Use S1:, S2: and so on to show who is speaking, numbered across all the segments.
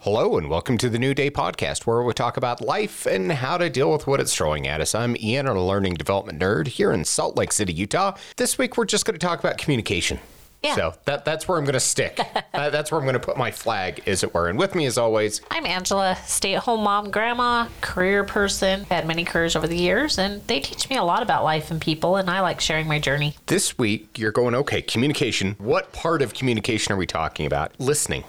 S1: Hello, and welcome to the New Day podcast, where we talk about life and how to deal with what it's throwing at us. I'm Ian, a learning development nerd here in Salt Lake City, Utah. This week, we're just going to talk about communication.
S2: Yeah.
S1: So that, that's where I'm going to stick. Uh, that's where I'm going to put my flag, as it were. And with me, as always,
S2: I'm Angela, stay at home mom, grandma, career person. Had many careers over the years, and they teach me a lot about life and people, and I like sharing my journey.
S1: this week, you're going, okay, communication. What part of communication are we talking about? Listening.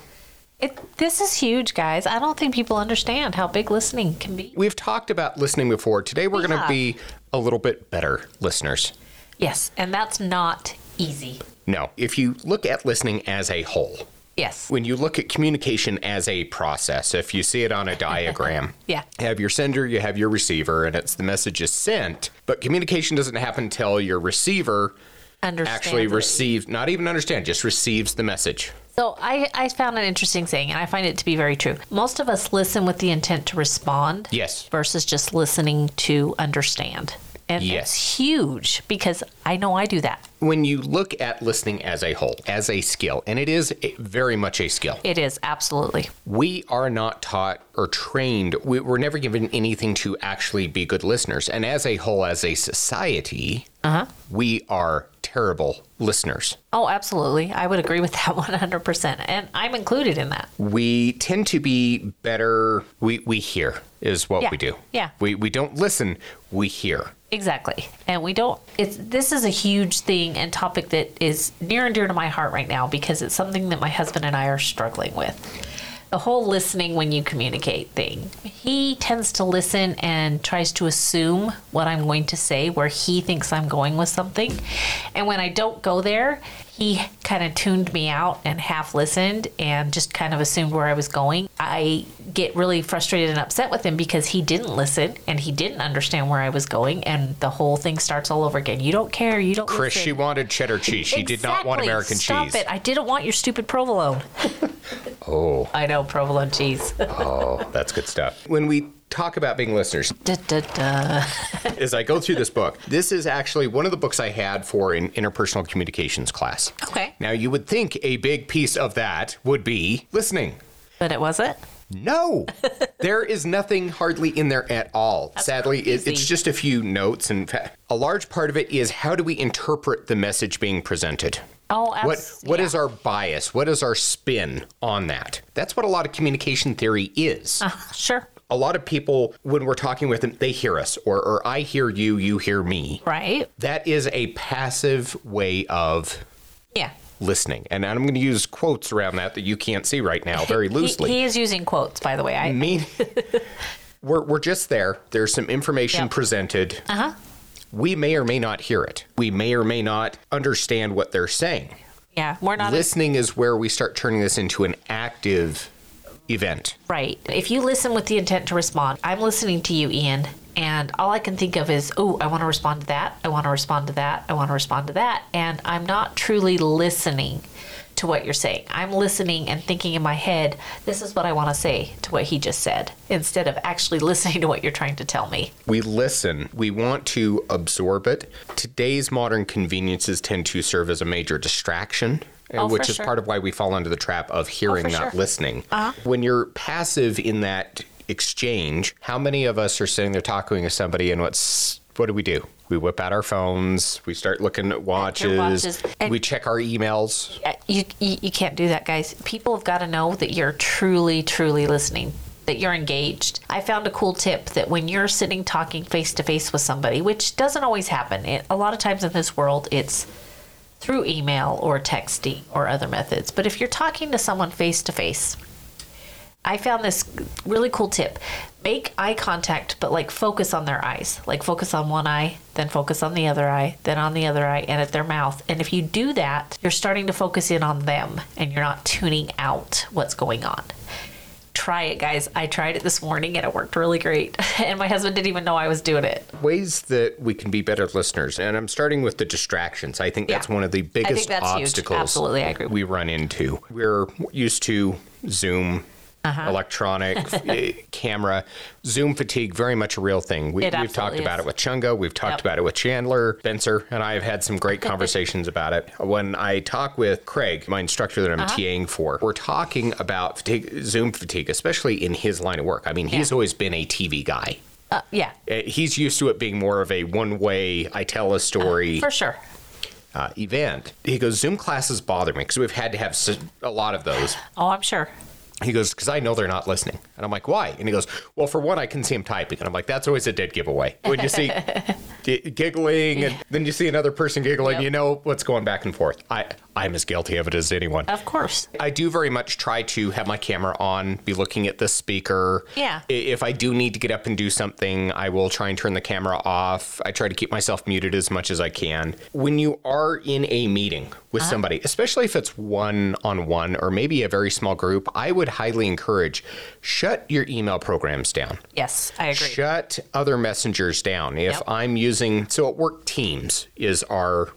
S2: It, this is huge, guys. I don't think people understand how big listening can be.
S1: We've talked about listening before. Today, we're
S2: We
S1: going to
S2: have.
S1: be a little bit better listeners.
S2: Yes, and that's not easy.
S1: No, if you look at listening as a whole,
S2: Yes.
S1: when you look at communication as a process, if you see it on a diagram,
S2: Yeah.
S1: you have your sender, you have your receiver, and it's the message is sent, but communication doesn't happen till your receiver
S2: Understand.
S1: actually receives, not even understand, just receives the message.
S2: So I, I found an interesting thing, and I find it to be very true. Most of us listen with the intent to respond.
S1: Yes.
S2: Versus just listening to understand. And
S1: Yes.
S2: it's huge because I know I do that.
S1: When you look at listening as a whole, as a skill, and it is a, very much a skill,
S2: It is absolutely.
S1: we are not taught or trained. We, we're never given anything to actually be good listeners. And as a whole, as a society, we are terrible listeners.
S2: Oh, absolutely. I would agree with that 100%. And I'm included in that.
S1: we tend to be better we, we hear is what
S2: Yeah.
S1: we do
S2: Yeah.
S1: we, we don't listen we hear
S2: Exactly. And we don't it's this is a huge thing and topic that is near and dear to my heart right now because it's something that my husband and I are struggling with. The whole listening when you communicate thing. He tends to listen and tries to assume what I'm going to say where he thinks I'm going with something. And when I don't go there, he kind of tuned me out and half listened and just kind of assumed where I was going. I get really frustrated and upset with him because he didn't listen and he didn't understand where I was going, and the whole thing starts all over again. You don't care. You don't.
S1: chris
S2: listen.
S1: she wanted cheddar cheese she did not want
S2: Exactly.
S1: american
S2: Stop
S1: cheese
S2: it! I didn't want your stupid provolone.
S1: oh
S2: I know provolone cheese.
S1: oh that's good stuff when we talk about being listeners
S2: Da, da, da.
S1: as i go through this book this is actually one of the books i had for an interpersonal communications class
S2: Okay,
S1: now you would think a big piece of that would be listening
S2: but it wasn't.
S1: No, there is nothing hardly in there at all. Sadly, it, it's
S2: crazy.
S1: just a few notes. And fa- a large part of it is how do we interpret the message being presented?
S2: Oh, abs-
S1: What what is
S2: yeah.
S1: our bias? What is our spin on that? That's what a lot of communication theory
S2: Uh.
S1: is.
S2: Sure.
S1: A lot of people, when we're talking with them, they hear us, or or I hear you, you hear me.
S2: Right.
S1: That is a passive way of
S2: Yeah.
S1: listening, and I'm going to use quotes around that that you can't see right now, very
S2: He,
S1: loosely.
S2: he is using quotes, by the way. I
S1: mean, we're, we're just there. There's some information
S2: Yep.
S1: presented.
S2: uh huh.
S1: We may or may not hear it. We may or may not understand what they're saying.
S2: Yeah, we're not as
S1: Listening is where we start turning this into an active event.
S2: Right. If you listen with the intent to respond, I'm listening to you, Ian, and all I can think of is, oh, I want to respond to that. I want to respond to that. I want to respond to that. And I'm not truly listening to what you're saying. I'm listening and thinking in my head, this is what I want to say to what he just said, instead of actually listening to what you're trying to tell me.
S1: We listen, we want to absorb it. Today's modern conveniences tend to serve as a major distraction. eh,
S2: Oh,
S1: which
S2: for
S1: is
S2: sure. Oh,
S1: part of why we fall into the trap of hearing, not
S2: sure. Uh-huh.
S1: listening. When you're passive in that exchange, how many of us are sitting there talking to somebody and what's what do we do? We whip out our phones, we start looking at watches,
S2: watches, and-
S1: we check our emails.
S2: Uh, You, you, you can't do that, guys. People have got to know that you're truly, truly listening. That you're engaged. I found a cool tip that when you're sitting talking face to face with somebody, which doesn't always happen, it, a lot of times in this world, it's through email or texting or other methods. But if you're talking to someone face to face, I found this really cool tip. Make eye contact, but like focus on their eyes. Like focus on one eye, then focus on the other eye, then on the other eye, and at their mouth. And if you do that, you're starting to focus in on them and you're not tuning out what's going on. Try it, guys. I tried it this morning and it worked really great. And my husband didn't even know I was doing it.
S1: Ways that we can be better listeners, and I'm starting with the distractions. I think that's
S2: Yeah.
S1: one of the biggest
S2: that's huge.
S1: obstacles
S2: Absolutely, I agree.
S1: we run into. We're used to Zoom,
S2: Uh-huh.
S1: electronic eh, camera. Zoom fatigue, very much a real thing. We,
S2: It
S1: we've talked
S2: absolutely
S1: about
S2: is.
S1: it with Chungo. We've talked
S2: Yep.
S1: about it with Chandler. Benser and I have had some great conversations about it. When I talk with Craig, my instructor that I'm
S2: Uh-huh.
S1: TAing for, we're talking about fatigue, Zoom fatigue, especially in his line of work. I mean, he's
S2: Yeah.
S1: always been a TV guy.
S2: Uh, yeah,
S1: Eh, He's used to it being more of a one way, I tell a story
S2: for sure.
S1: uh, event. He goes, Zoom classes bother me because we've had to have s- a lot of those.
S2: Oh, I'm sure.
S1: He goes, because I know they're not listening. And I'm like, why? And he goes, well, for one, I can see him typing. And I'm like, that's always a dead giveaway. When you see g- giggling and then you see another person giggling,
S2: Yep.
S1: you know what's going back and forth. I, I'm as guilty of it as anyone.
S2: Of course.
S1: I do very much try to have my camera on, be looking at the speaker.
S2: Yeah.
S1: I- If I do need to get up and do something, I will try and turn the camera off. I try to keep myself muted as much as I can. When you are in a meeting with
S2: Uh-huh.
S1: somebody, especially if it's one on one or maybe a very small group, I would highly encourage shut your email programs down.
S2: Yes, I agree.
S1: Shut other messengers down. If
S2: Yep.
S1: I'm using, so at work, Teams is our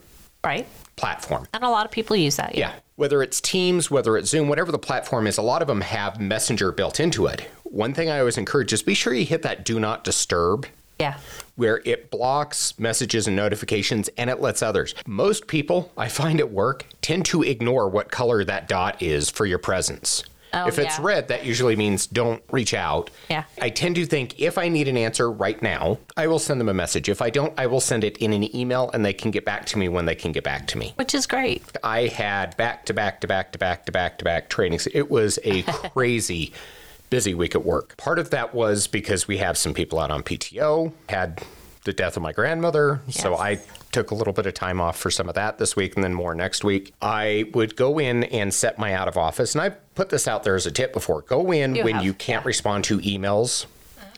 S2: Right?
S1: platform.
S2: And a lot of people use that.
S1: Yeah. Whether it's Teams, whether it's Zoom, whatever the platform is, a lot of them have Messenger built into it. One thing I always encourage is be sure you hit that do not disturb
S2: Yeah.
S1: where it blocks messages and notifications and it lets others. Most people I find at work tend to ignore what color that dot is for your presence.
S2: Oh,
S1: if it's
S2: yeah.
S1: red, that usually means don't reach out.
S2: Yeah.
S1: I tend to think if I need an answer right now, I will send them a message. If I don't, I will send it in an email and they can get back to me when they can get back to me.
S2: Which is great.
S1: I had back to back to back to back to back to back trainings. It was a crazy busy week at work. Part of that was because we have some people out on PTO, had the death of my grandmother. So
S2: Yes.
S1: I took a little bit of time off for some of that this week and then more next week. I would go in and set my out of office. And I put this out there as a tip before go in
S2: You
S1: when
S2: have,
S1: you can't respond to emails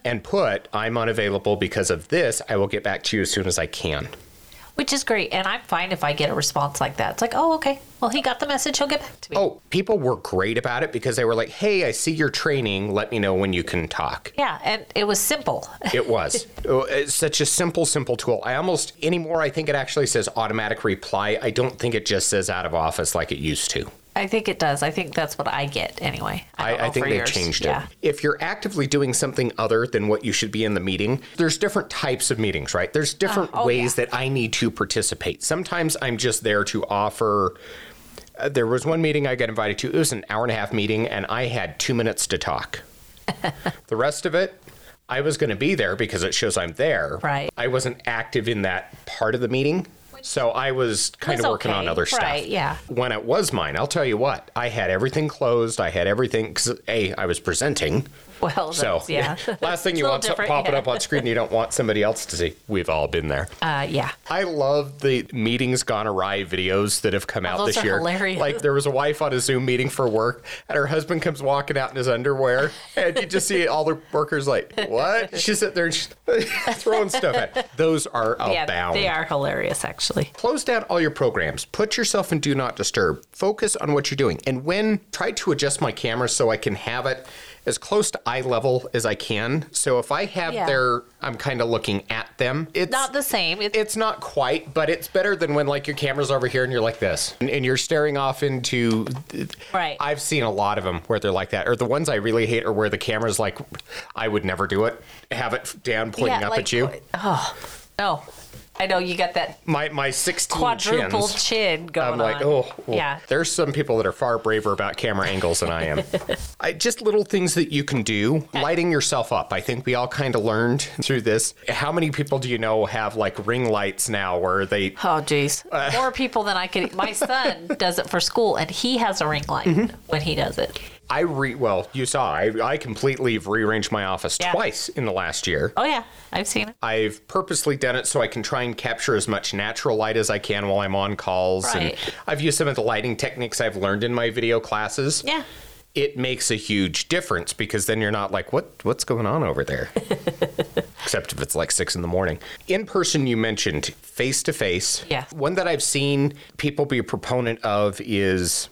S1: and put, I'm unavailable because of this. I will get back to you as soon as I can.
S2: Which is great. And I'm fine if I get a response like that. It's like, oh, okay. Well, he got the message. He'll get back to me.
S1: Oh, people were great about it because they were like, "Hey, I see your training. Let me know when you can talk."
S2: Yeah. And it was simple.
S1: It was Oh, it's such a simple, simple tool. I almost anymore. I think it actually says automatic reply. I don't think it just says out of office like it used to.
S2: I think it does. I think that's what I get anyway. don't
S1: I, I
S2: know
S1: think
S2: for
S1: they've
S2: yours.
S1: changed
S2: yeah.
S1: it. If you're actively doing something other than what you should be in the meeting, there's different types of meetings, right? There's different
S2: oh,
S1: ways that I need to participate. Sometimes I'm just there to offer. uh, there was one meeting I got invited to. It was an hour and a half meeting, and I had two minutes to talk. the rest of it, I was going to be there because it shows I'm there.
S2: Right.
S1: I wasn't active in that part of the meeting. So I was kind
S2: was
S1: of working on
S2: okay.
S1: other stuff
S2: Right, yeah.
S1: when it was mine, I'll tell you what, I had everything closed. I had everything, cause A, I was presenting.
S2: Well,
S1: So,
S2: that's, yeah.
S1: last thing
S2: It's
S1: you
S2: a little
S1: want something
S2: different,
S1: popping
S2: yeah.
S1: up on screen you don't want somebody else to see. We've all been there.
S2: Uh, yeah.
S1: I love the meetings gone awry videos that have come out
S2: Oh, those
S1: this
S2: are
S1: year.
S2: hilarious.
S1: Like there was a wife on a Zoom meeting for work, and her husband comes walking out in his underwear, and you just see all the workers like, "What?" She's sitting there and she's throwing stuff at. Those are
S2: Yeah.
S1: abound
S2: They are hilarious, actually.
S1: close down all your programs put yourself in do not disturb focus on what you're doing and when try to adjust my camera so i can have it as close to eye level as i can so if i have
S2: Yeah.
S1: their i'm kind of looking at them it's
S2: Not the same. It's,
S1: it's not quite but it's better than when like your camera's over here and you're like this and, and you're staring off into
S2: right.
S1: i've seen a lot of them where they're like that or the ones i really hate are where the camera's like i would never do it have it down pointing
S2: Yeah,
S1: up
S2: like,
S1: at you
S2: Oh, no. I know you got that
S1: my my 16
S2: quadruple
S1: Mm, chins.
S2: chin going
S1: I'm like,
S2: on.
S1: oh, well,
S2: yeah.
S1: There's some people that are far braver about camera angles than I am. I, just little things that you can do. Lighting yourself up. I think we all kind of learned through this. How many people do you know have like ring lights now where they?
S2: Oh, geez.
S1: Uh,
S2: More people than I could. My son does it for school, and he has a ring light
S1: Mm-hmm.
S2: when he does it.
S1: I re well, you saw I, I completely rearranged my office
S2: Yeah.
S1: twice in the last year.
S2: Oh, yeah. I've seen it.
S1: I've purposely done it so I can try and capture as much natural light as I can while I'm on calls.
S2: Right.
S1: And I've used some of the lighting techniques I've learned in my video classes.
S2: Yeah.
S1: It makes a huge difference because then you're not like, what what's going on over there? Except if it's like six in the morning. In person you mentioned face to face.
S2: Yeah.
S1: One that I've seen people be a proponent of is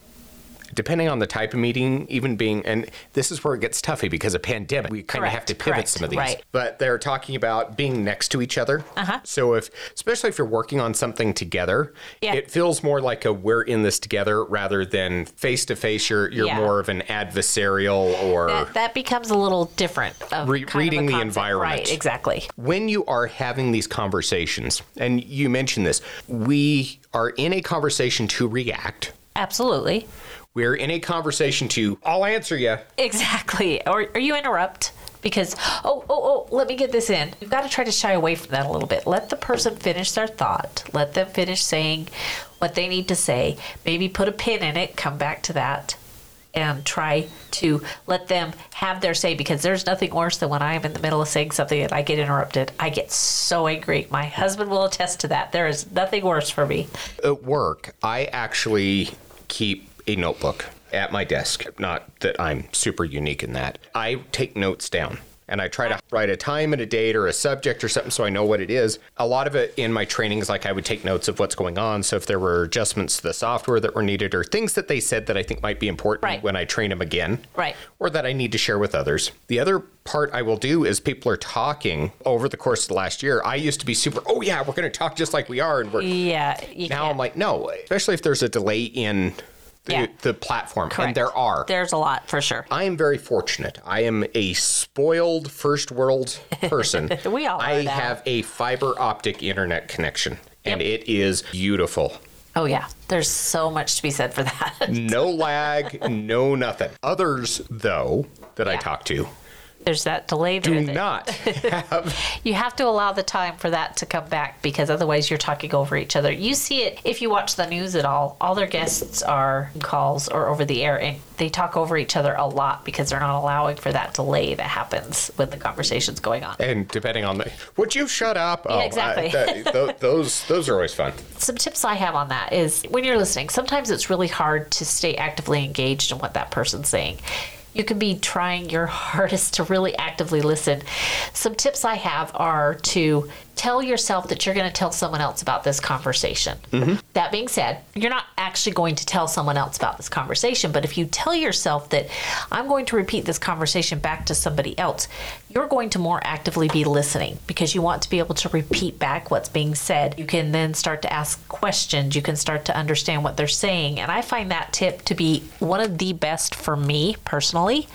S1: depending on the type of meeting, even being, and this is where it gets toughy because of pandemic, we kind of
S2: Correct,
S1: have to pivot
S2: correct,
S1: some of these.
S2: right.
S1: But they're talking about being next to each other.
S2: Uh-huh.
S1: So if, especially if you're working on something together,
S2: Yeah.
S1: it feels more like a we're in this together rather than face to face. You're you're
S2: Yeah.
S1: more of an adversarial or
S2: That, that becomes a little different. Of
S1: Re-
S2: kind of a
S1: reading the
S2: concept.
S1: environment.
S2: Right, exactly.
S1: when you are having these conversations, and you mentioned this, we are in a conversation to react.
S2: Absolutely.
S1: We're in a conversation to, I'll answer you.
S2: Exactly. Or, or you interrupt because, oh, oh, oh, let me get this in. You've got to try to shy away from that a little bit. Let the person finish their thought. Let them finish saying what they need to say. Maybe put a pin in it, come back to that, and try to let them have their say because there's nothing worse than when I am in the middle of saying something and I get interrupted. I get so angry. My husband will attest to that. There is nothing worse for me.
S1: At work, I actually keep a notebook at my desk. Not that I'm super unique in that. I take notes down and I try to write a time and a date or a subject or something so I know what it is. A lot of it in my trainings, like I would take notes of what's going on. So if there were adjustments to the software that were needed or things that they said that I think might be important
S2: Right.
S1: when I train them again.
S2: Right.
S1: or that I need to share with others. The other part I will do is people are talking over the course of the last year. I used to be super, oh yeah, we're going to talk just like we are, and we're
S2: Yeah. you
S1: now
S2: can't.
S1: I'm like, no, especially if there's a delay in the,
S2: Yeah.
S1: the platform,
S2: Correct.
S1: and there are.
S2: There's a lot for sure.
S1: I am very fortunate. I am a spoiled first world person.
S2: We all are
S1: I
S2: now.
S1: have a fiber optic internet connection, and it is beautiful.
S2: Oh, yeah. There's so much to be said for that.
S1: No lag, no nothing. Others, though, that I
S2: Yeah.
S1: talk to,
S2: There's that delay there.
S1: do
S2: that-
S1: not have
S2: You have to allow the time for that to come back because otherwise you're talking over each other. You see it if you watch the news at all. All their guests are calls or over the air, and they talk over each other a lot because they're not allowing for that delay that happens when the conversation's going on.
S1: And depending on the, would you shut up? oh, I-
S2: exactly.
S1: that- tho- those those are always fun.
S2: some tips I have on that is when you're listening, sometimes it's really hard to stay actively engaged in what that person's saying. You can be trying your hardest to really actively listen. Some tips I have are to tell yourself that you're going to tell someone else about this conversation. That being said, you're not actually going to tell someone else about this conversation, but if you tell yourself that I'm going to repeat this conversation back to somebody else, you're going to more actively be listening because you want to be able to repeat back what's being said. You can then start to ask questions, you can start to understand what they're saying. And I find that tip to be one of the best for me personally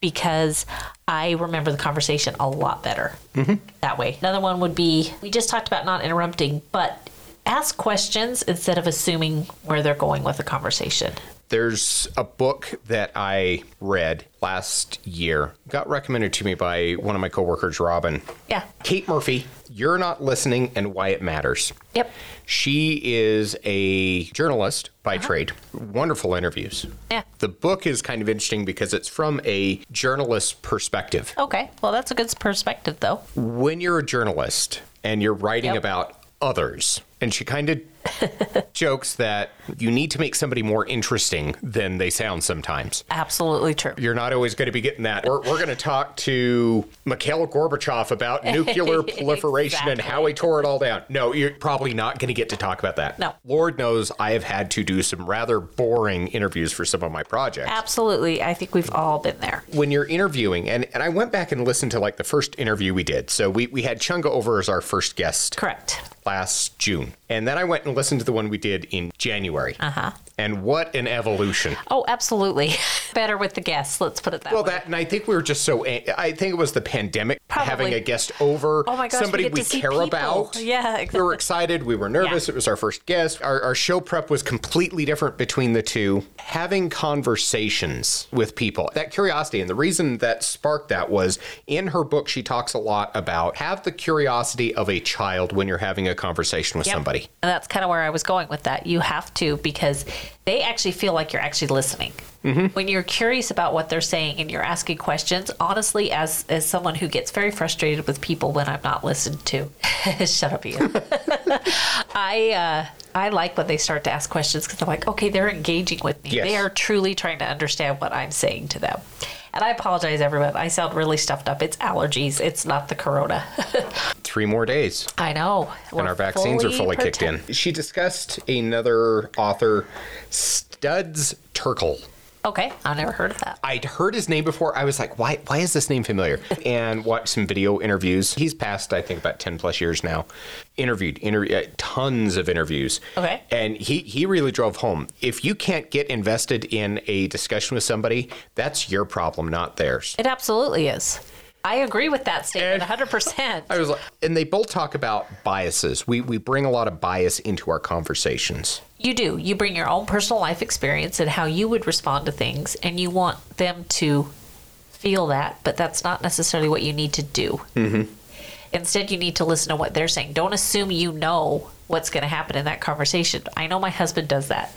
S2: because I remember the conversation a lot better
S1: Mm-hmm.
S2: that way. Another one would be we just talked about not interrupting, but ask questions instead of assuming where they're going with the conversation.
S1: There's a book that I read last year. Got recommended to me by one of my coworkers, Robin.
S2: Yeah.
S1: Kate Murphy, You're Not Listening and Why It Matters.
S2: Yep.
S1: She is a journalist by trade. Wonderful interviews.
S2: Uh-huh. Yeah.
S1: The book is kind of interesting because it's from a journalist perspective.
S2: Okay. Well, that's a good perspective, though.
S1: when you're a journalist and you're writing
S2: Yep.
S1: about others, and she kind of jokes that you need to make somebody more interesting than they sound sometimes.
S2: Absolutely true.
S1: You're not always going to be getting that. We're, we're going to talk to Mikhail Gorbachev about nuclear proliferation and how he tore it all down. No, you're probably not going to get to talk about that.
S2: No.
S1: Lord knows I have had to do some rather boring interviews for some of my projects.
S2: Absolutely. I think we've all been there.
S1: when you're interviewing, and, and I went back and listened to like the first interview we did. So we, we had Chunga over as our first guest
S2: Correct.
S1: last June. And then I went and listened to the one we did in January. Uh-huh. And what an evolution.
S2: Oh, absolutely. Better with the guests. Let's put it that
S1: Well,
S2: way.
S1: that, and I think we were just so, I think it was the pandemic
S2: Probably.
S1: having a guest over,
S2: Oh my gosh, we
S1: somebody
S2: get
S1: we
S2: to see
S1: care
S2: people.
S1: about.
S2: Yeah,
S1: We were excited. We were nervous.
S2: Yeah.
S1: It was our first guest. Our, our show prep was completely different between the two. Having conversations with people, that curiosity, and the reason that sparked that was in her book, she talks a lot about have the curiosity of a child when you're having a conversation with
S2: Yep.
S1: somebody.
S2: And that's kind of where I was going with that. You have to because they actually feel like you're actually listening.
S1: Mm-hmm.
S2: When you're curious about what they're saying and you're asking questions, honestly, as as someone who gets very frustrated with people when I'm not listened to, shut up, you. I uh, I like when they start to ask questions because I'm like, okay, they're engaging with me.
S1: Yes.
S2: They are truly trying to understand what I'm saying to them. And I apologize, everyone. I sound really stuffed up. It's allergies. It's not the corona.
S1: three more days.
S2: I know.
S1: and
S2: We're
S1: our vaccines are fully kicked
S2: protect-
S1: in. She discussed another author, Studs Terkel.
S2: Okay, I never heard of that.
S1: I'd heard his name before. I was like, why, why is this name familiar? And watched some video interviews. He's passed, I think, about 10 plus years now. Interviewed inter- uh, tons of interviews.
S2: Okay.
S1: And he, he really drove home. If you can't get invested in a discussion with somebody, that's your problem, not theirs.
S2: It absolutely is. I agree with that statement
S1: And-
S2: 100%.
S1: I was like, and they both talk about biases. We, we bring a lot of bias into our conversations.
S2: You do. You bring your own personal life experience and how you would respond to things, and you want them to feel that, but that's not necessarily what you need to do. Mm-hmm. Instead, you need to listen to what they're saying. Don't assume you know what's going to happen in that conversation. I know my husband does that.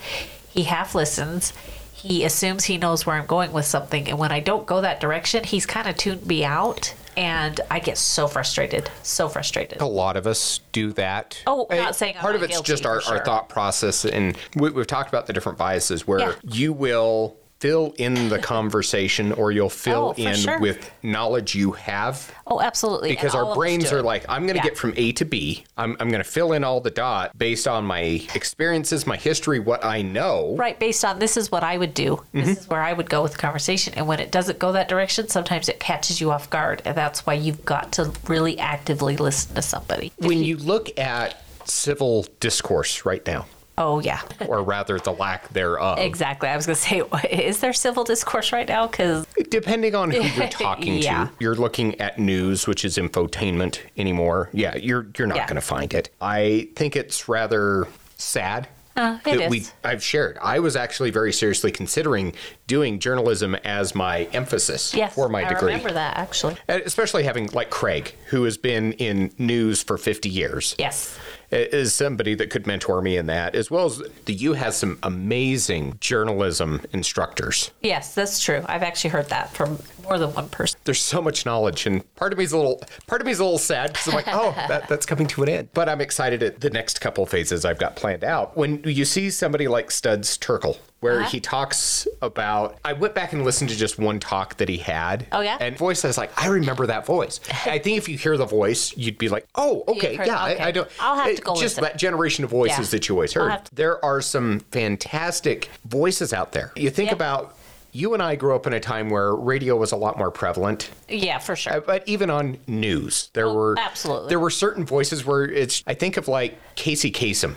S2: He half listens. He assumes he knows where I'm going with something, and when I don't go that direction, he's kind of tuned me out, and I get so frustrated, so frustrated.
S1: a lot of us do that.
S2: Oh,
S1: I-
S2: not saying I'm
S1: part of
S2: not
S1: it's
S2: guilty,
S1: just our,
S2: for
S1: our
S2: sure.
S1: thought process, and we, we've talked about the different biases where
S2: Yeah.
S1: you will fill in the conversation or you'll fill
S2: Oh, for
S1: in
S2: sure.
S1: with knowledge you have
S2: Oh, absolutely. and
S1: because
S2: all
S1: our
S2: of us
S1: brains
S2: do
S1: are
S2: it.
S1: like i'm going to
S2: Yeah.
S1: get from a to b i'm, I'm going to fill in all the dot based on my experiences my history what i know
S2: right based on this is what I would do.
S1: Mm-hmm.
S2: This is where I would go with the conversation. And when it doesn't go that direction, sometimes it catches you off guard. And that's why you've got to really actively listen to somebody.
S1: when you look at civil discourse right now
S2: Oh, yeah.
S1: or rather the lack thereof
S2: Exactly. I was going to say, is there civil discourse right now? Because
S1: Depending on who you're talking
S2: Yeah.
S1: to, you're looking at news, which is infotainment anymore. Yeah, you're you're not
S2: Yeah.
S1: going to find it. I think it's rather sad.
S2: Uh, it
S1: that we
S2: is.
S1: I've shared. I was actually very seriously considering doing journalism as my emphasis
S2: yes,
S1: for my
S2: I
S1: degree.
S2: remember that actually.
S1: And Especially having like Craig, who has been in news for 50 years
S2: Yes.
S1: is somebody that could mentor me in that, as well as the U has some amazing journalism instructors.
S2: Yes, that's true. I've actually heard that from more than one person.
S1: there's so much knowledge, and part of me's a little part of me's a little sad because I'm like, oh, that, that's coming to an end. But I'm excited at the next couple phases I've got planned out. When you see somebody like Studs Terkel, where
S2: Uh-huh.
S1: he talks about, I went back and listened to just one talk that he had.
S2: Oh, yeah?
S1: and voice. I was like, I remember that voice. I think if you hear the voice, you'd be like, oh, okay,
S2: heard-
S1: yeah,
S2: okay.
S1: I, I don't.
S2: I'll have to
S1: it-
S2: go
S1: Just
S2: listen.
S1: that generation of voices
S2: Yeah.
S1: that you always
S2: I'll
S1: heard.
S2: have to-
S1: There are some fantastic voices out there. You think
S2: Yeah.
S1: about. You and I grew up in a time where radio was a lot more prevalent
S2: Yeah, for sure.
S1: uh, but even on news, there were
S2: Oh, absolutely.
S1: there were certain voices where it's. I think of like Casey Kasem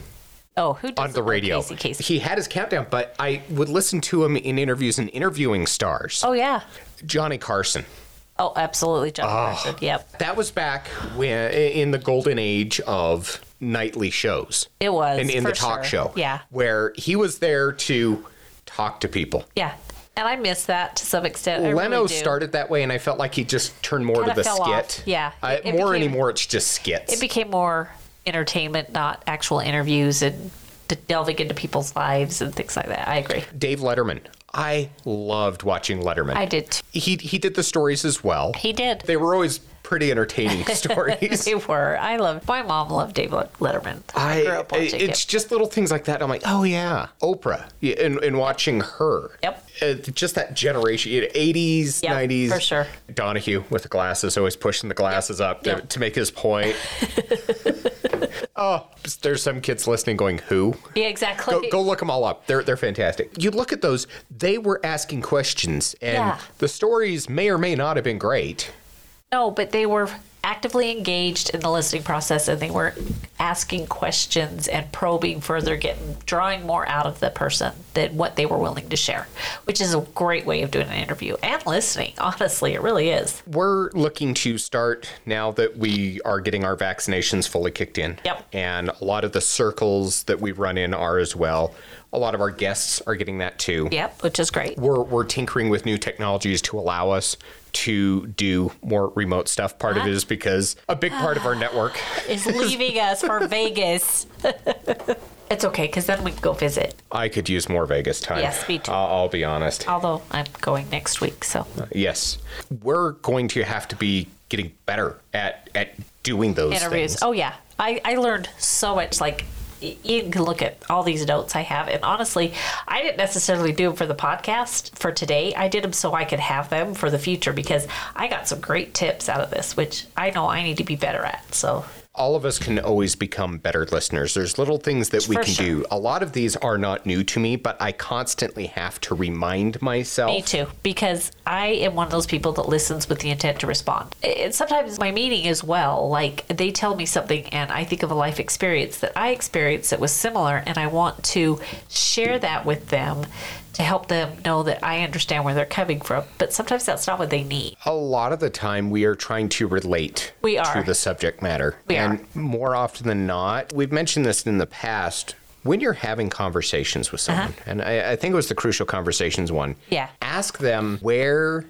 S2: oh, who does
S1: on the radio.
S2: Casey Casey.
S1: He had his countdown, but I would listen to him in interviews and interviewing stars.
S2: oh yeah.
S1: Johnny Carson.
S2: Oh, absolutely, John
S1: Ah.
S2: Carson. Yep,
S1: That was back when in the golden age of nightly shows
S2: it was.
S1: and in the
S2: for
S1: talk
S2: sure.
S1: show.
S2: Yeah.
S1: where he was there to talk to people.
S2: Yeah. And I miss that to some extent. I
S1: Leno
S2: really do.
S1: started that way, and I felt like he just turned more
S2: Kinda
S1: to the
S2: fell off.
S1: skit.
S2: Yeah.
S1: I-
S2: It- it
S1: more
S2: became-
S1: anymore, it's just skits.
S2: It became more entertainment, not actual interviews and d- delving into people's lives and things like that. I agree.
S1: Dave Letterman. I loved watching Letterman.
S2: I did. Too.
S1: he he did the stories as well.
S2: He did.
S1: They were always pretty entertaining stories.
S2: They were. I loved. My mom loved David Letterman.
S1: I,
S2: grew up watching
S1: it's
S2: it.
S1: just little things like that. I'm like, oh yeah, Oprah, yeah, and, and watching her.
S2: Yep.
S1: Uh, just that generation, you know, 80s,
S2: Yep,
S1: 90s.
S2: for sure.
S1: Donahue with the glasses, always pushing the glasses up to,
S2: yep.
S1: to make his point. oh, there's some kids listening going, who? Oh,
S2: Yeah, exactly.
S1: go, go look them all up. They're they're fantastic. You look at those; they were asking questions, and
S2: Yeah.
S1: the stories may or may not have been great.
S2: No, but they were actively engaged in the listening process and they were asking questions and probing further, getting drawing more out of the person than what they were willing to share, which is a great way of doing an interview and listening. Honestly, it really is.
S1: We're looking to start now that we are getting our vaccinations fully kicked in.
S2: Yep.
S1: And a lot of the circles that we run in are as well. A lot of our guests are getting that too.
S2: Yep, which is great.
S1: We're, we're tinkering with new technologies to allow us to do more remote stuff. Part of it is because a big part of our network
S2: Is leaving us for Vegas. it's okay because then we can go visit.
S1: I could use more Vegas time.
S2: Yes, me too.
S1: I'll, I'll be honest.
S2: Although I'm going next week, so
S1: Yes. We're going to have to be getting better at at doing those
S2: interviews.
S1: things.
S2: Oh yeah, I I learned so much like y- you can look at all these notes I have. And honestly, I didn't necessarily do them for the podcast for today. I did them so I could have them for the future because I got some great tips out of this, which I know I need to be better at. So
S1: all of us can always become better listeners. There's little things that we
S2: For
S1: can
S2: sure.
S1: do. A lot of these are not new to me, but I constantly have to remind myself.
S2: Me too, because I am one of those people that listens with the intent to respond. And sometimes my meaning as well, like they tell me something and I think of a life experience that I experienced that was similar, and I want to share that with them to help them know that I understand where they're coming from. But sometimes that's not what they need.
S1: A lot of the time, we are trying to relate
S2: We
S1: to
S2: are.
S1: the subject matter.
S2: We
S1: and more often than not, we've mentioned this in the past. When you're having conversations with someone, and I, I think it was the crucial conversations one.
S2: Uh-huh. Yeah.
S1: Ask them where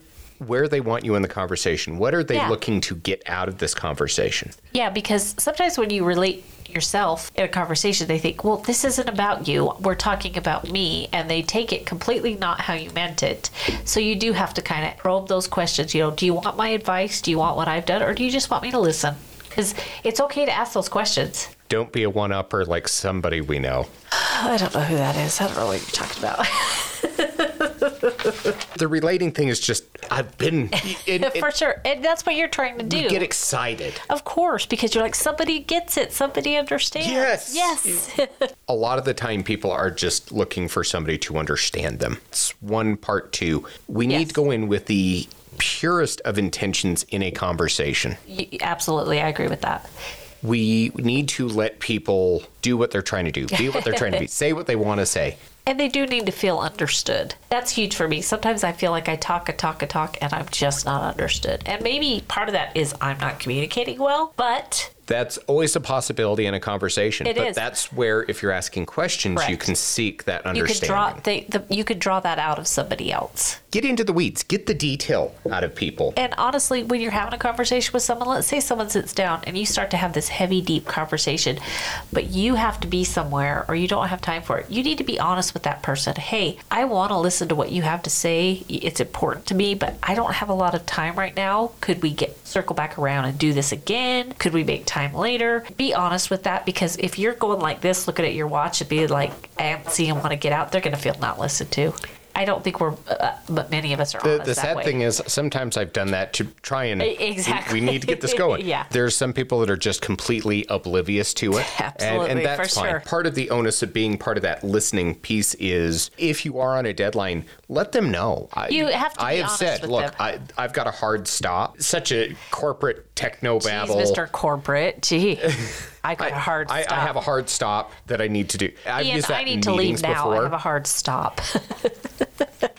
S1: where they want you in the conversation. What are they
S2: Yeah.
S1: looking to get out of this conversation?
S2: Yeah, because sometimes when you relate yourself in a conversation, they think, well, this isn't about you. We're talking about me. And they take it completely not how you meant it. So you do have to kind of probe those questions. You know, do you want my advice? Do you want what I've done? Or do you just want me to listen? Because it's okay to ask those questions.
S1: Don't be a one upper like somebody we know.
S2: I don't know who that is. I don't know what you're talking about.
S1: The relating thing is just I've been it, it-
S2: For sure. And that's what you're trying to do.
S1: get excited.
S2: Of course, because you're like, somebody gets it. Somebody understands.
S1: Yes.
S2: Yes.
S1: A lot of the time people are just looking for somebody to understand them. It's one part two. We need
S2: Yes.
S1: to go in with the purest of intentions in a conversation.
S2: Y- Absolutely. I agree with that.
S1: We need to let people do what they're trying to do, be what they're trying to be, say what they want to say.
S2: And they do need to feel understood. That's huge for me. Sometimes I feel like I talk and talk and talk and I'm just not understood. And maybe part of that is I'm not communicating well, but
S1: That's always a possibility in a conversation.
S2: It
S1: but
S2: is.
S1: that's where if you're asking questions, you
S2: Correct.
S1: can seek that
S2: you could
S1: understanding.
S2: draw they, the, you could draw that out of somebody else.
S1: Get into the weeds, get the detail out of people.
S2: And honestly, when you're having a conversation with someone, let's say someone sits down and you start to have this heavy, deep conversation, but you have to be somewhere or you don't have time for it. You need to be honest with that person. Hey, I want to listen to what you have to say. It's important to me, but I don't have a lot of time right now. Could we get circle back around and do this again? Could we make time later? Be honest with that because if you're going like this, looking at your watch and being like antsy and want to get out, they're going to feel not listened to. I don't think we're, uh, but many of us are.
S1: the,
S2: honest
S1: the
S2: that
S1: sad
S2: way.
S1: thing is sometimes I've done that to try and
S2: E- exactly.
S1: we, we need to get this going.
S2: Yeah.
S1: There's some people that are just completely oblivious to it. And,
S2: Absolutely,
S1: and that's
S2: for
S1: fine.
S2: sure.
S1: Part of the onus of being part of that listening piece is if you are on a deadline, let them know. I,
S2: You have to
S1: I
S2: be
S1: have
S2: honest
S1: said,
S2: with
S1: look,
S2: them."
S1: I, I've got a hard stop. Such a corporate techno
S2: Jeez,
S1: babble.
S2: Mr. Corporate. Gee, I got a hard
S1: I,
S2: stop.
S1: I have a hard stop that I need to do. I've
S2: Ian,
S1: used that
S2: I
S1: in
S2: need to
S1: meetings
S2: leave now.
S1: before.
S2: I have a hard stop.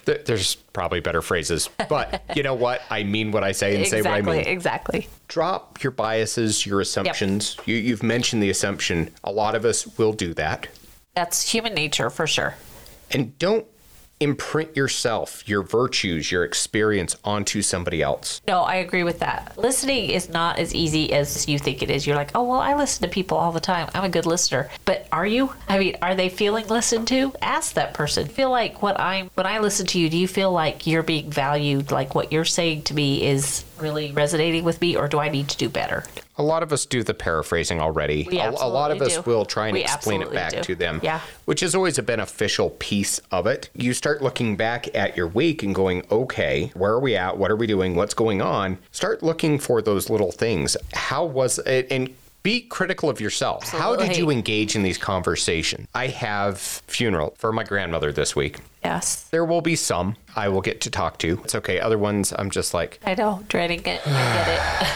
S1: Th- There's probably better phrases, but you know what? I mean what I say and say what I
S2: exactly,
S1: mean.
S2: exactly.
S1: drop your biases, your assumptions. You, you've mentioned the assumption. A lot of us will do that.
S2: That's human nature for sure.
S1: And don't imprint yourself, your virtues, your experience onto somebody else.
S2: No, I agree with that. Listening is not as easy as you think it is. You're like, oh, well, I listen to people all the time. I'm a good listener. But are you? I mean, are they feeling listened to? Ask that person. Feel like what I'm, when I listen to you, do you feel like you're being valued? Like what you're saying to me is really resonating with me, or do I need to do better?
S1: A lot of us do the paraphrasing already.
S2: We
S1: a, a lot of
S2: absolutely
S1: us
S2: do.
S1: will try and
S2: We
S1: explain it
S2: absolutely
S1: back
S2: do.
S1: to them,
S2: Yeah.
S1: which is always a beneficial piece of it. You start looking back at your week and going, okay, where are we at? What are we doing? What's going on? Start looking for those little things. How was it? And be critical of yourself. How did
S2: Absolutely.
S1: you engage in these conversations? I have funeral for my grandmother this week.
S2: Yes.
S1: There will be some I will get to talk to. It's okay. Other ones I'm just like,
S2: I know, dreading it. I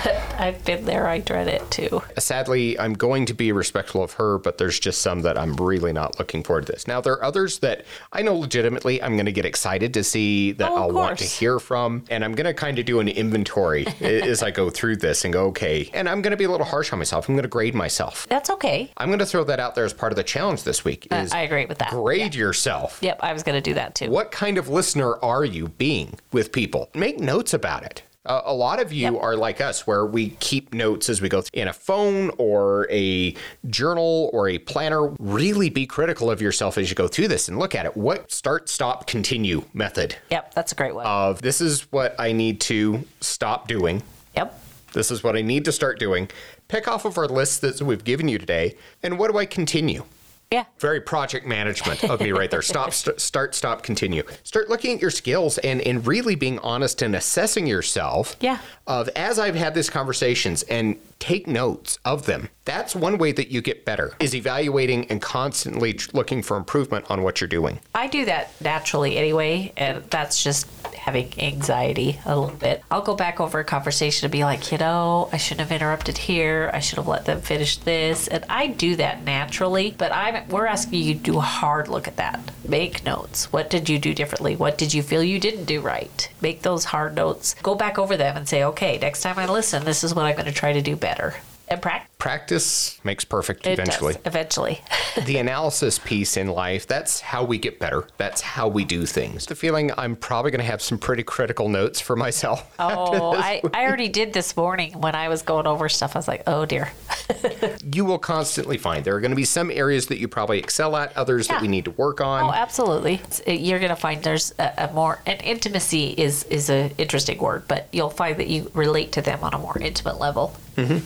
S2: get it. I've been there. I dread it too.
S1: sadly, I'm going to be respectful of her, but there's just some that I'm really not looking forward to this. Now, there are others that I know legitimately I'm going to get excited to see that
S2: Oh, of
S1: I'll want to
S2: course.
S1: hear from. And I'm going to kind of do an inventory a- as I go through this and go, okay. And I'm going to be a little harsh on myself. I'm going to grade myself.
S2: That's okay.
S1: I'm going to throw that out there as part of the challenge this week
S2: Uh, I,
S1: is
S2: I agree with that.
S1: grade yourself.
S2: Yep, I was going to do that too.
S1: What kind of listener are you being with people? Make notes about it. Uh, a lot of you are like us, where we keep notes as we go th- in a phone or a journal or a planner. Really be critical of yourself as you go through this and look at it. What start, stop, continue method
S2: Yep, that's a great one.
S1: of this is what I need to stop doing.
S2: yep.
S1: This is what I need to start doing. Pick off of our list that we've given you today. And what do I continue?
S2: Yeah.
S1: Very project management of me right there. Stop, st- start, stop, continue. Start looking at your skills and, and really being honest and assessing yourself.
S2: Yeah.
S1: Of as I've had these conversations and take notes of them. That's one way that you get better is evaluating and constantly tr- looking for improvement on what you're doing.
S2: I do that naturally anyway, and that's just having anxiety a little bit. I'll go back over a conversation and be like, you know, I shouldn't have interrupted here. I should have let them finish this, and I do that naturally. But I'm we're asking you to do a hard look at that. Make notes. What did you do differently? What did you feel you didn't do right? Make those hard notes. Go back over them and say, okay, next time I listen, this is what I'm going to try to do better. And practice.
S1: Practice makes perfect
S2: It does,
S1: eventually.
S2: eventually.
S1: the analysis piece in life, that's how we get better. That's how we do things. The feeling I'm probably going to have some pretty critical notes for myself.
S2: Oh, I, I already did this morning when I was going over stuff. I was like, oh dear.
S1: You will constantly find there are going to be some areas that you probably excel at, others
S2: Yeah.
S1: that we need to work
S2: Oh,
S1: on.
S2: absolutely. It's- it- You're going to find there's a, a more, and intimacy is is a interesting word, but you'll find that you relate to them on a more intimate level,
S1: Mm-hmm.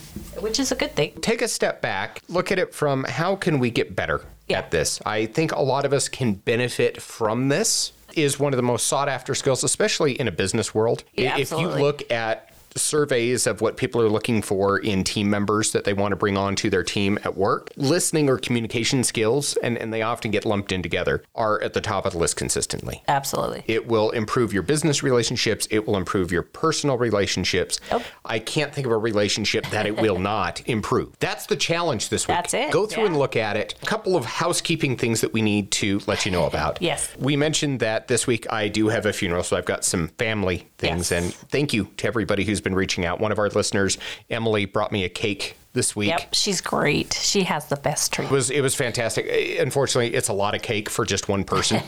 S2: which is a good thing.
S1: Take a step back, look at it from how can we get better
S2: Yeah.
S1: at this? I think a lot of us can benefit from this is one of the most sought after skills especially in a business world.
S2: Yeah,
S1: if you
S2: absolutely.
S1: look at surveys of what people are looking for in team members that they want to bring on to their team at work, listening or communication skills and and they often get lumped in together are at the top of the list consistently.
S2: Absolutely.
S1: It will improve your business relationships. It will improve your personal relationships.
S2: Yep.
S1: I can't think of a relationship that it will not improve. That's the challenge this week.
S2: That's it,
S1: Go through
S2: yeah.
S1: and look at it. A couple of housekeeping things that we need to let you know about.
S2: Yes.
S1: We mentioned that this week I do have a funeral, so I've got some family things.
S2: Yes.
S1: And thank you to everybody who's been reaching out. One of our listeners, Emily, brought me a cake this week.
S2: Yep. She's great. She has the best
S1: It
S2: treatment.
S1: was it was fantastic. Eh, Unfortunately, it's a lot of cake for just one person.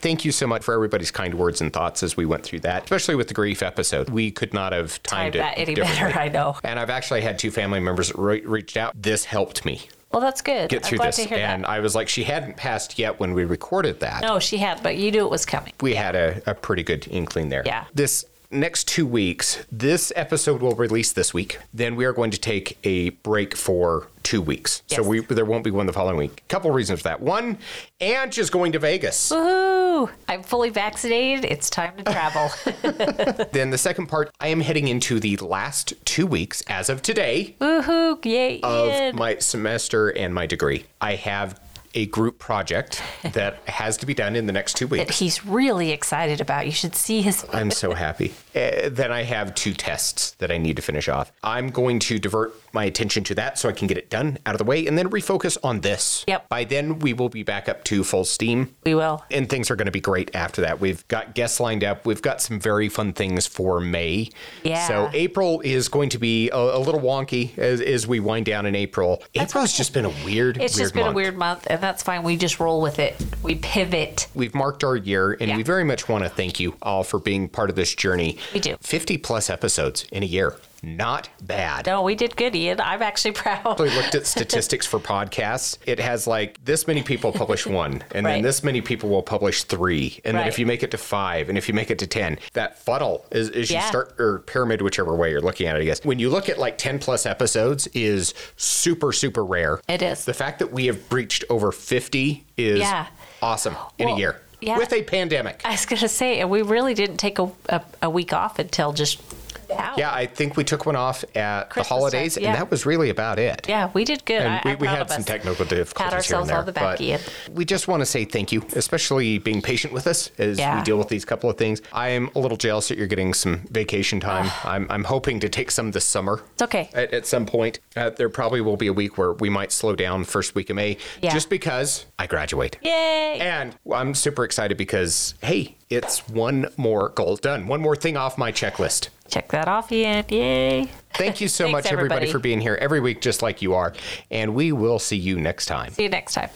S1: Thank you so much for everybody's kind words and thoughts as we went through that, especially with the grief episode. We could not have
S2: I
S1: timed it
S2: bet any
S1: differently.
S2: better. I know.
S1: And I've actually had two family members that re- reached out. This helped me
S2: Well, that's good.
S1: get
S2: I'm
S1: through
S2: glad
S1: this.
S2: to hear
S1: And
S2: that.
S1: I was like, she hadn't passed yet when we recorded that.
S2: No, she had, but you knew it was coming.
S1: We had a, a pretty good inkling there.
S2: Yeah.
S1: This next two weeks, this episode will release this week. Then we are going to take a break for two weeks. So
S2: Yes.
S1: we there won't be one the following week. Couple reasons for that. One, Ange is going to Vegas.
S2: Woohoo! I'm fully vaccinated. It's time to travel.
S1: then the second part, I am heading into the last two weeks as of today
S2: Woohoo! Yay!
S1: of
S2: Ian.
S1: my semester and my degree. I have a group project that has to be done in the next two
S2: that
S1: weeks.
S2: he's really excited about. You should see his.
S1: I'm so happy. Uh, then I have two tests that I need to finish off. I'm going to divert my attention to that so I can get it done out of the way and then refocus on this.
S2: Yep.
S1: By then, we will be back up to full steam
S2: We will.
S1: and things are going to be great after that. We've got guests lined up. We've got some very fun things for May.
S2: Yeah.
S1: So April is going to be a, a little wonky as, as we wind down in April. April's just been a weird,
S2: It's
S1: weird
S2: just been
S1: month.
S2: a weird month, and that's fine. We just roll with it. We pivot.
S1: We've marked our year, and
S2: Yeah.
S1: we very much want to thank you all for being part of this journey.
S2: We do.
S1: 50 plus episodes in a year. Not bad.
S2: No, we did good, Ian. I'm actually proud.
S1: We looked at statistics for podcasts. It has like this many people publish one, and
S2: Right.
S1: then this many people will publish three. And then if
S2: Right.
S1: you make it to five, and if you make it to 10, that funnel is, is
S2: Yeah.
S1: you start, or pyramid, whichever way you're looking at it, I guess. When you look at like 10 plus episodes, is super, super rare.
S2: It is.
S1: The fact that we have breached over 50 is
S2: Yeah.
S1: awesome in
S2: Well,
S1: a year.
S2: yeah.
S1: With a pandemic.
S2: I was gonna say, and we really didn't take a, a, a week off until just now.
S1: Yeah, I think we took one off at
S2: Christmas
S1: the holidays,
S2: time, yeah.
S1: and that was really about it.
S2: Yeah, we did good. I,
S1: And we,
S2: I'm
S1: we
S2: proud
S1: had
S2: of
S1: some
S2: us.
S1: technical difficulties
S2: ourselves
S1: here
S2: on
S1: and
S2: the
S1: there,
S2: back,
S1: but
S2: Ian.
S1: we just want to say thank you, especially being patient with us as
S2: Yeah.
S1: we deal with these couple of things. I am a little jealous that you're getting some vacation time. I'm, I'm hoping to take some this summer.
S2: It's okay.
S1: At, at some point, uh, there probably will be a week where we might slow down first week of May,
S2: Yeah.
S1: just because I graduate.
S2: Yay!
S1: And I'm super excited because hey, it's one more goal done, one more thing off my checklist.
S2: Check that off, Ian. Yay!
S1: Thank you so
S2: Thanks,
S1: much, everybody,
S2: everybody.
S1: for being here every week, just like you are. And we will see you next time.
S2: See you next time.